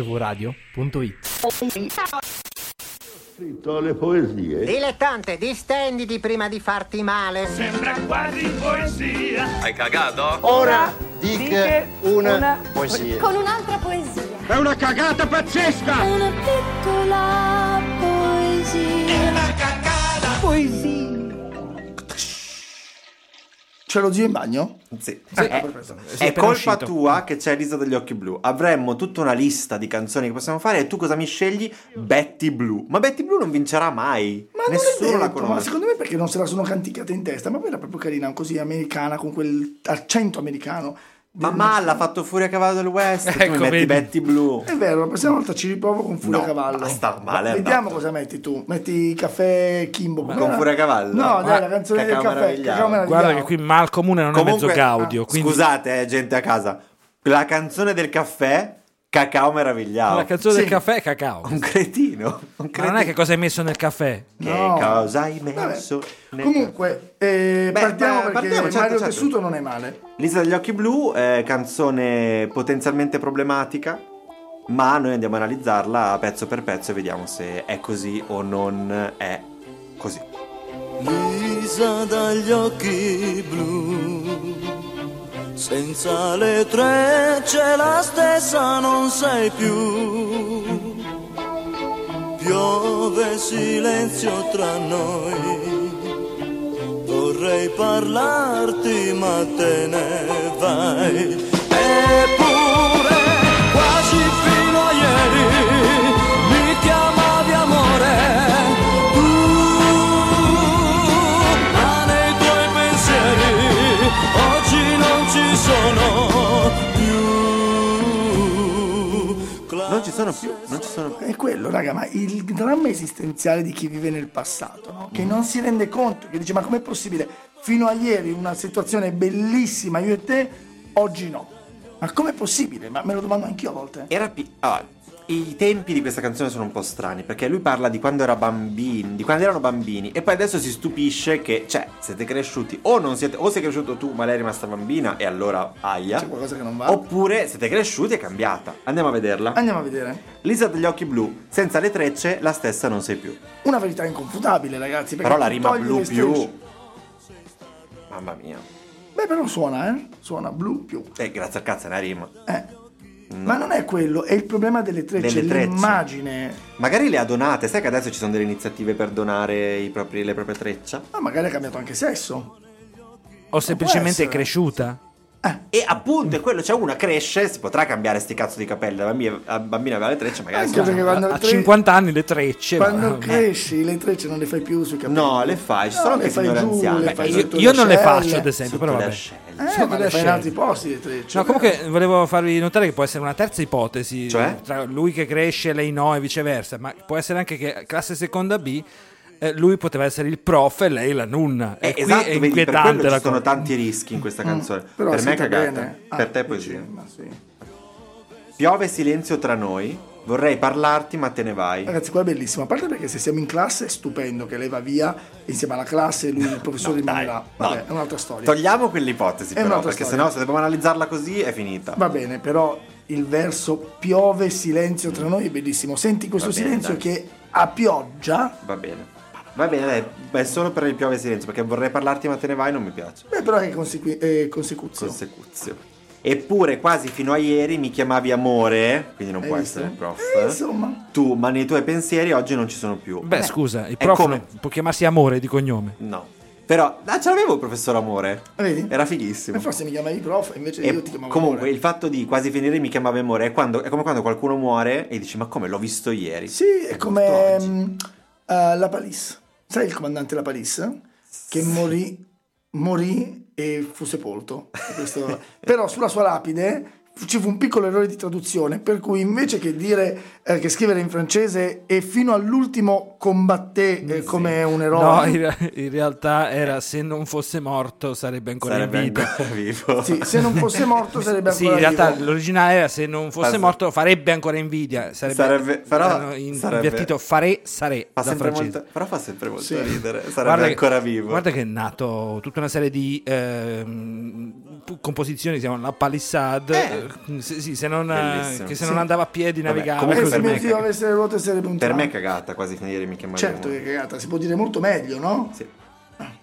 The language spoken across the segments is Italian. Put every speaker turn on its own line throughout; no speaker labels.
mvradio.it
scritto le poesie.
Dilettante, distenditi prima di farti male.
Hai cagato?
Ora dica una, poesia.
con un'altra poesia.
È una cagata pazzesca!
Una piccola poesia.
C'è lo zio in bagno?
Sì.
Eh,
È
appena
colpa
uscito.
tua che c'è Elisa degli occhi blu. Avremmo tutta una lista di canzoni che possiamo fare e tu cosa mi scegli? Betty Blue. Ma Betty Blue non vincerà mai.
Ma non è
Nessuno
detto,
la
Ma
conosce.
secondo me perché non se la sono canticchiata in testa, ma poi era proprio carina, così americana, con quell'accento americano.
Ma Malla ha fatto Furia a cavallo del West. tu
Ecco,
mi metti
vedi.
Betty Blue.
È vero, la prossima volta ci riprovo con Furia
No,
Cavallo.
basta, male,
Vediamo
andata.
cosa metti tu. Metti caffè Kimbo.
con Furia Cavallo?
No, dai,
Ah,
la canzone del
Cacao
caffè.
Meravigliato.
Cacao
Guarda
Meravigliato.
che qui mal comune non è mezzo gaudio.
ah,
quindi
Scusate, eh, gente a casa. La canzone del caffè, cacao meravigliato.
la canzone
Sì.
del caffè è cacao.
Un cretino. Un
Ma
cretino.
non è che cosa hai messo nel caffè.
Che
No.
cosa hai
Vabbè.
messo? nel
Comunque, eh,
Beh,
partiamo
beh,
perché
partiamo, certo,
Mario
certo.
Tessuto non è male.
Lisa degli occhi blu, eh, canzone potenzialmente problematica, ma noi andiamo a analizzarla pezzo per pezzo e vediamo se è così o non è così.
Lisa dagli occhi blu, senza le trecce la stessa non sei più. Piove silenzio tra noi, vorrei parlarti ma te ne vai. Eppure quasi fino a ieri mi chiamavi amore. Tu ma nei tuoi pensieri oggi non ci sono più.
Non ci sono più, non ci sono più.
È quello, raga, ma il dramma esistenziale di chi vive nel passato, no?
Mm.
che non si rende conto, che dice ma com'è possibile? Fino a ieri una situazione bellissima io e te, oggi no. Ma com'è possibile? Ma me lo domando anch'io a volte.
Era pi- ah, I tempi di questa canzone sono un po' strani perché lui parla di quando era bambini, di quando erano bambini e poi adesso si stupisce che, cioè, siete cresciuti o non siete, o sei cresciuto tu ma lei è rimasta bambina e allora aia,
C'è qualcosa che non va.
oppure siete cresciuti e è cambiata. Andiamo a vederla.
Andiamo a vedere.
Lisa degli occhi blu, senza le trecce la stessa non sei più.
Una verità inconfutabile, ragazzi. perché
Però la
tu
rima
togli
blu
le
più.
strisce.
Mamma mia.
Beh, però suona, eh? Suona blu più.
Eh, grazie al cazzo è una rima.
Eh. Ma non è quello, è il problema delle trecce,
Delle trecce.
l'immagine.
Magari le ha donate, sai che adesso ci sono delle iniziative per donare i propri- le proprie treccia?
Ma magari ha cambiato anche sesso.
O semplicemente è
essere.
cresciuta.
E appunto è quello, c'è una cresce, si potrà cambiare sti cazzo di capelli, la bambina, la bambina aveva le trecce, magari...
Anche perché
sono-
quando,
A
tre-
50 anni le trecce.
quando
ma-
cresci le trecce non le fai più sui capelli.
No, le fai, ci sono
No,
anche
le fai
signore
giù,
anziane.
le
Beh,
fai
io,
sotto
io
le
non le
ascelle.
faccio ad esempio,
Sotto
però
le
vabbè.
ascelle.
Eh,
Sotto le
ma le fai in
ascelle.
altri posti le trecce.
No, comunque volevo farvi notare che può essere una terza ipotesi,
Cioè?
tra lui che cresce, lei no e viceversa, ma può essere anche che classe seconda B, eh, lui poteva essere il prof e lei la nunna.
Eh,
e qui
esatto,
è
vedi, per
inquietante
quello
la
ci sono
cosa.
tanti rischi in questa canzone.
Mm. Però
per me è
senta
cagata,
bene.
per
Ah,
te è
dici,
poesia.
ma sì.
Piove silenzio tra noi, vorrei parlarti ma te ne vai.
Ragazzi, qua è bellissimo. A parte perché se siamo in classe è stupendo che lei va via insieme alla classe e lui il professore
Dai,
rimanerà. Vabbè,
no.
è un'altra storia.
Togliamo quell'ipotesi,
È
però,
un'altra
perché
storia.
sennò se dobbiamo analizzarla così è finita.
Va bene, però il verso piove silenzio tra noi è bellissimo. Senti questo
Va bene,
silenzio
dai.
che a pioggia.
Va bene. Va bene, dai, ma è solo per il piove silenzio, perché vorrei parlarti ma te ne vai, non mi piace.
Beh, però è consequi- eh, consecuzio.
Consecuzio. Eppure quasi fino a ieri mi chiamavi amore, quindi non
Hai
può
visto?
essere il prof.
Eh, insomma.
Tu, ma nei tuoi pensieri oggi non ci sono più.
Beh, scusa, il
È
prof
come-
non- può chiamarsi amore di cognome.
No. Però, ah, ce l'avevo il professor amore.
Vedi?
Era fighissimo.
E Eh. forse mi chiamavi prof, invece
E
io ti chiamavo
comunque
amore.
il fatto di quasi finire mi chiamava amore è, quando- è come quando qualcuno muore e dici ma come l'ho visto ieri
Sì, è
morto
come
oggi.
mm, eh, la Palisse. Sai il comandante La Palisse? Che morì, morì e fu sepolto. Questo- Però sulla sua lapide ci fu un piccolo errore di traduzione, per cui invece che dire eh, che scrivere in francese e fino all'ultimo combatté eh, come un
No,
eroe.
in, re- in realtà era se non fosse morto sarebbe ancora
sarebbe
in vita.
ancora vivo
Sì, se non fosse morto sarebbe ancora
Sì, in realtà
vivo.
l'originale era se non fosse
Pazzo.
morto farebbe ancora invidia. Sarebbe,
Sarebbe- però
erano in-
sarebbe-
invertito fare sare
Fa
da
sempre
francese.
molto- però fa sempre molto
Sì.
ridere sarebbe
che-
ancora vivo
Guarda che è nato tutta una serie di ehm, pu- composizioni, si chiamano La Palissade,
Eh,
sì, sì, se non, eh,
Bellissimo.
che se non
Sì.
andava a piedi
Vabbè,
navigava.
Eh,
comunque
così.
se
per me
mio
è
zio
ca-
avesse le ruote sarebbe un
Per me è
tram.
cagata quasi finire mi chiamare
Certo che cagata, si può dire molto meglio, no?
Sì.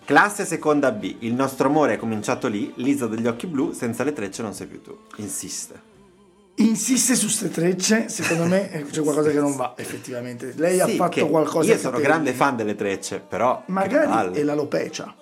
Classe seconda B, il nostro amore è cominciato lì, Lisa degli occhi blu, senza le trecce non sei più tu. Insiste.
Insiste su ste trecce, secondo me eh, c'è qualcosa che non va effettivamente. Lei ha
Sì,
fatto
che
qualcosa
Io
che
sono
te-
grande fan delle trecce, però. che
Magari
palle.
è l'alopecia.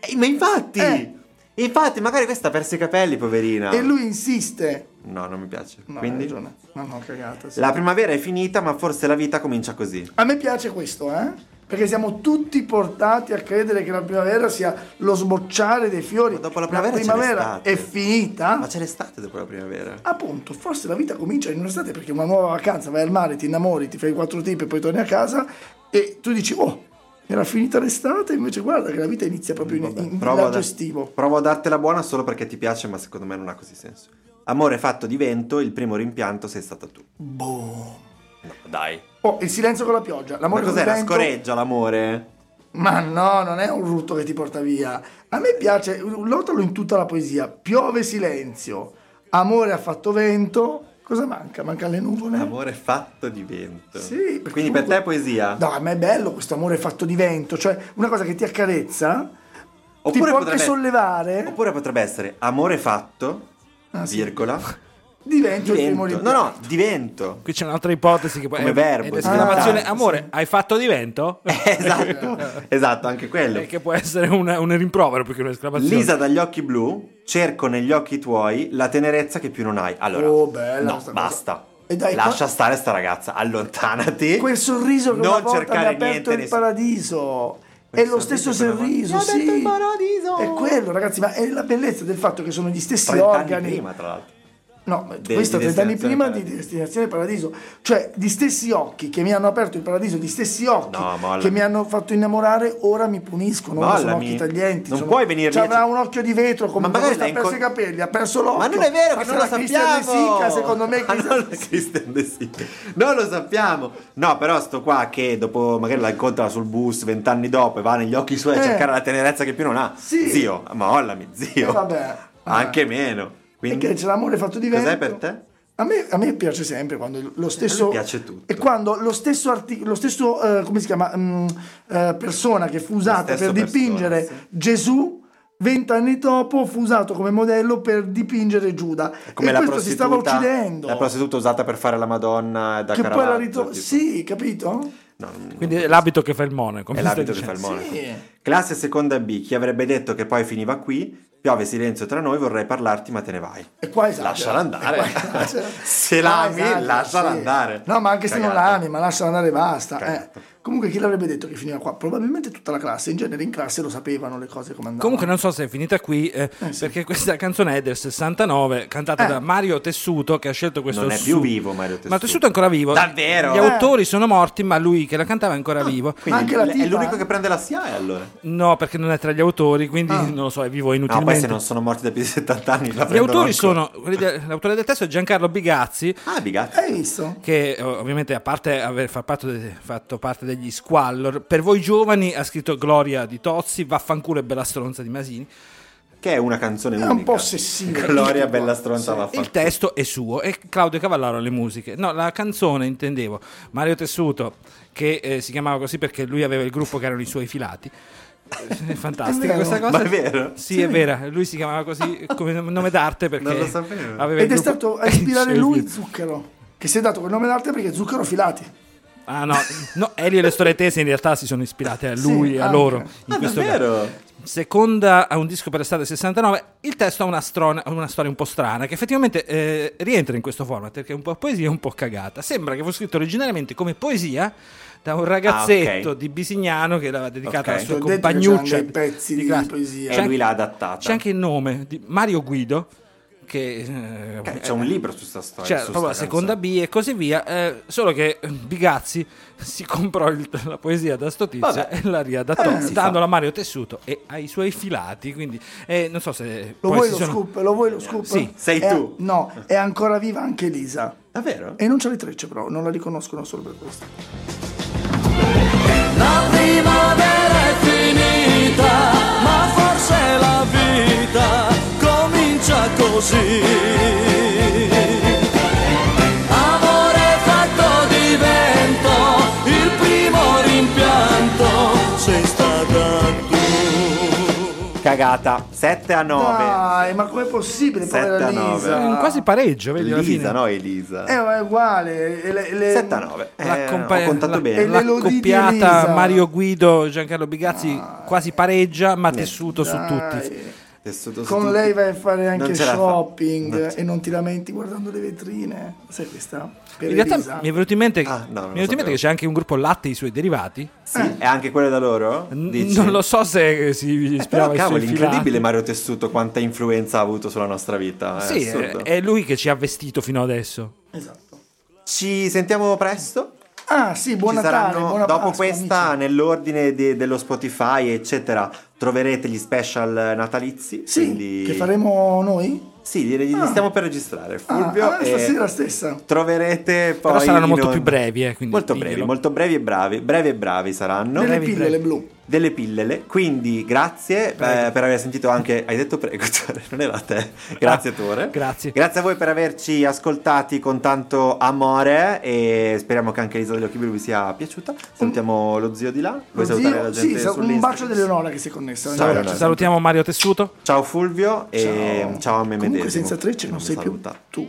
Eh, ma infatti!
Eh.
Infatti, magari questa ha perso i capelli, poverina.
E lui insiste.
No, non mi piace.
No,
Quindi.
hai ragione. No, no, cagata. sì.
La primavera è finita, ma forse la vita comincia così.
A me piace questo, eh? Perché siamo tutti portati a credere che la primavera sia lo sbocciare dei fiori.
Ma dopo la primavera c'è
primavera
l'estate.
è finita.
Ma c'è l'estate dopo la primavera.
Appunto, forse la vita comincia in un'estate perché è una nuova vacanza, vai al mare, ti innamori, ti fai quattro tipi e poi torni a casa e tu dici, oh, era finita l'estate, invece guarda che la vita inizia proprio in,
Vabbè,
in
provo, a
villaggio
dar-
estivo.
provo a dartela buona solo perché ti piace, ma secondo me non ha così senso. Amore fatto di vento, il primo rimpianto sei stata tu. No, dai.
Oh, il silenzio con la pioggia, l'amore
Ma
con il
cos'era?
vento.
Scoreggia l'amore?
Ma no, non è un rutto che ti porta via. A me piace, l'otalo in tutta la poesia, piove silenzio, amore ha fatto vento, cosa manca? Mancano le nuvole?
Amore fatto di vento.
Eh. Sì, perché
Quindi per
comunque-
te è poesia?
No, ma è bello questo amore fatto di vento, cioè una cosa che ti accarezza, ti può anche sollevare.
Oppure potrebbe essere amore fatto,
Ah, sì.
virgola,
di vento,
di
e il primo
vento. No,
rimpianto.
no, di vento.
Qui c'è un'altra ipotesi che poi
Come
è,
verbo,
è
sì.
l'esclamazione
Ah,
amore, hai fatto di vento?
esatto, esatto, anche quello.
Eh, che può essere una- un rimprovero più che un'esclamazione.
Lisa dagli occhi blu, cerco negli occhi tuoi la tenerezza che più non hai. Allora,
Oh, bella
no,
questa cosa.
basta.
E dai,
Lascia
qua-
stare sta ragazza, allontanati.
Quel sorriso che
non
una volta mi ha
cercare
aperto
niente.
il
ness-
paradiso.
Quel
è lo stesso
sorriso che una volta- Mi
sorriso,
ha
sì.
aperto il paradiso.
È quello, ragazzi, ma è la bellezza del fatto che sono gli stessi
30 anni
organi.
prima, tra l'altro.
No, questo
di
30 anni
Destinazione
prima di
Paradiso.
Destinazione Paradiso. Cioè, gli stessi occhi che mi hanno aperto il paradiso, gli stessi occhi
No, mollami.
che mi hanno fatto innamorare, ora mi puniscono. Ora sono
Mollami.
occhi taglienti.
Non
sono-
puoi venire
Ci
dietro.
avrà un occhio di vetro
Ma
come
magari
questo, ha
l'hai
perso i
incol-
capelli, ha perso l'occhio.
Ma non è vero che non
Sarà
lo
Christian
sappiamo.
De Sica, secondo me.
Ma
Christian
non
De Sica.
Christian De Sica. Non lo sappiamo. No, però sto qua che dopo magari la incontra sul bus vent'anni dopo e va negli occhi suoi a
Eh.
cercare la tenerezza che più non ha.
Sì.
Zio, ma ollami, zio.
Eh, vabbè.
Anche meno. Quindi
Perché c'è l'amore fatto di
Cos'è
vento.
per te? Eh,
A me, a me piace sempre quando lo stesso.
lui piace tutto.
E quando lo stesso, arti- lo stesso eh, come si chiama? Mm, eh, persona che fu usata per
stesso
dipingere
persona, sì.
Gesù. Vent'anni dopo fu usato come modello per dipingere Giuda.
come
e
la
questo
prostituta,
si stava uccidendo.
La prostituta usata per fare la Madonna da
che poi la
Caravaggio,
ritorno.
tipo.
Sì, capito?
No, non-
Quindi è l'abito che fa il monaco.
È
mi
l'abito che
stai
fa il
dicendo.
monaco.
Sì.
Classe seconda B, chi avrebbe detto che poi finiva qui? Piove silenzio tra noi, vorrei parlarti, ma te ne vai.
E qua esagera.
Lasciala andare.
E qua esagera.
Se
Qua
l'ami,
esagera,
lasciala
sì.
andare.
No, ma anche se non
Cagata.
l'ami, ma lasciala andare e basta. eh.
Cagata.
Comunque, chi l'avrebbe detto che finiva qua? Probabilmente tutta la classe. In genere, in classe lo sapevano le cose come andavano.
Comunque non so se è finita qui, eh, perché questa canzone è del 69, cantata
Eh.
da Mario Tessuto, che ha scelto questo...
Non è più
su-
vivo Mario Tessuto.
Ma Tessuto è ancora vivo.
Davvero?
Gli
Eh.
autori sono morti, ma lui che la cantava è ancora vivo.
Ma
Ah, Quindi
anche la
l-
tipa,
è l'unico
eh?
che prende la SIAE allora.
No, perché non è tra gli autori, quindi
Ah.
non lo so, è vivo
No,
inutilmente.
poi se non sono morti da più di 70 anni la
Gli
prendono
autori
ancora.
sono, quelli de- l'autore del testo è Giancarlo Bigazzi,
Ah, Bigatti.
Hai visto?
che eh, ovviamente a parte aver fa- fatto de- fatto parte degli Squallor, per voi giovani ha scritto Gloria di Tozzi, Vaffanculo e Bella stronza di Masini.
Che è una canzone
un
unica.
po' ossessiva.
Gloria bella stronza va
Il testo è suo e Claudio Cavallaro alle musiche. No, la canzone intendevo. Mario Tessuto, che eh, si chiamava così perché lui aveva il gruppo che erano i suoi filati. Eh, È
È
fantastica
vero.
questa cosa.
Ma è vero? Ah,
Sì, è vera. Lui si chiamava così come nome d'arte perché
Non lo sapevo.
aveva
Ed
il gruppo-
è stato a ispirare
Sì,
lui
sì.
Zucchero, che si è dato quel nome d'arte perché Zucchero filati.
Ah no, no Elio e le storie tese in realtà si sono ispirate a
Sì,
lui e a
anche.
loro. In
Ah,
questo
davvero?
caso. Seconda a un disco per l'estate 69, il testo ha una, strona- una storia un po' strana che effettivamente eh, rientra in questo format perché è un po' poesia e un po' cagata. Sembra che fosse scritto originariamente come poesia da un ragazzetto
Ah, ok.
di Bisignano che l'aveva dedicata
Ok.
alla sua
Ho detto che c'erano
compagnuccia.
dei pezzi di
classe.
poesia.
C'è
E lui
anche-
l'ha adattata.
C'è anche il nome di Mario Guido che eh,
Ok, C'è un libro su sta storia.
cioè,
su
proprio la
sta
seconda
canzone.
B e così via. eh, solo che eh, Bigazzi si comprò il- la poesia da sto tizio
Vabbè. Eh,
e la riadattò,
si fa.
dandola a Mario Tessuto e ai suoi filati. Quindi, eh, non so se.
Lo
poi
vuoi
si
lo
sono-
scoop? Lo vuoi lo scoop?
Sì,
sei
È-
tu.
No, è ancora viva anche Elisa.
Davvero?
E non c'ha le trecce, però, non la riconoscono solo per questo.
La primavera è finita, ma forse la vita comincia così.
Cagata. 7 a 9.
Dai, ma com'è possibile, povera
Sette a nove.
Lisa?
Mm, Quasi pareggio, vedi alla
Elisa,
fine.
no Elisa.
Eh, ma è uguale. E le- le-
7 a 9.
La compa-
Eh, ho contato
la-
bene.
e
la
le lodi di
coppiata
Elisa.
Mario Guido Giancarlo Bigazzi
Ah.
quasi pareggia, ma tessuto su
Dai.
tutti.
Tessuto su
Con
tutti.
lei vai a fare anche
Non ce la fa.
shopping
Non ce-
e non ti lamenti guardando le vetrine. Sai questa? Per
In realtà
Elisa.
mi è venuto in mente,
Ah, no, non
mi è
lo
venuto in mente
sapevo.
che c'è anche un gruppo latte e i suoi derivati.
Sì, è anche quella da loro?
N-
Dici?
non lo so se si
Però
ispirava ai
cavolo,
suoi
incredibile
filati.
Mario Tessuto quanta influenza ha avuto sulla nostra vita. È
Sì, è,
assurdo.
è lui che ci ha vestito fino adesso.
Esatto.
Ci sentiamo presto.
Ah, sì, buon
Ci
Natale,
saranno-
buona
dopo
Pasqua,
questa,
amici.
nell'ordine de- dello Spotify, eccetera, troverete gli special natalizi.
Sì,
quindi-
che faremo noi?
Sì, li, li
Ah.
stiamo per registrare.
Ah,
Fulvio.
ah,
e-
stasera stessa.
Troverete poi.
Però saranno
in
molto
on-
più brevi, eh, quindi
molto
diglielo.
brevi, molto brevi e bravi. Brevi e bravi saranno.
Delle
Bravi,
pillole
bravi.
blu.
Delle pillole. Quindi grazie eh,
Prego.
per aver sentito anche. Hai detto prego, Tore, non era te. Grazie,
Ah,
Tore.
grazie.
Grazie a voi per averci ascoltati con tanto amore. E speriamo che anche l'isola degli occhi blu vi sia piaciuta. Salutiamo lo zio di là. Vuoi
Lo
salutare
zio-
la gente?
sì, sa- un
sull'Instagram?
bacio dell'Eleonora che si è connessa.
Ciao, Eleonora.
Ci salutiamo Mario Tessuto.
Ciao Fulvio e
Ciao.
ciao a me medesimo.
Comunque senza trecce non
mi
sei più
saluta.
tu,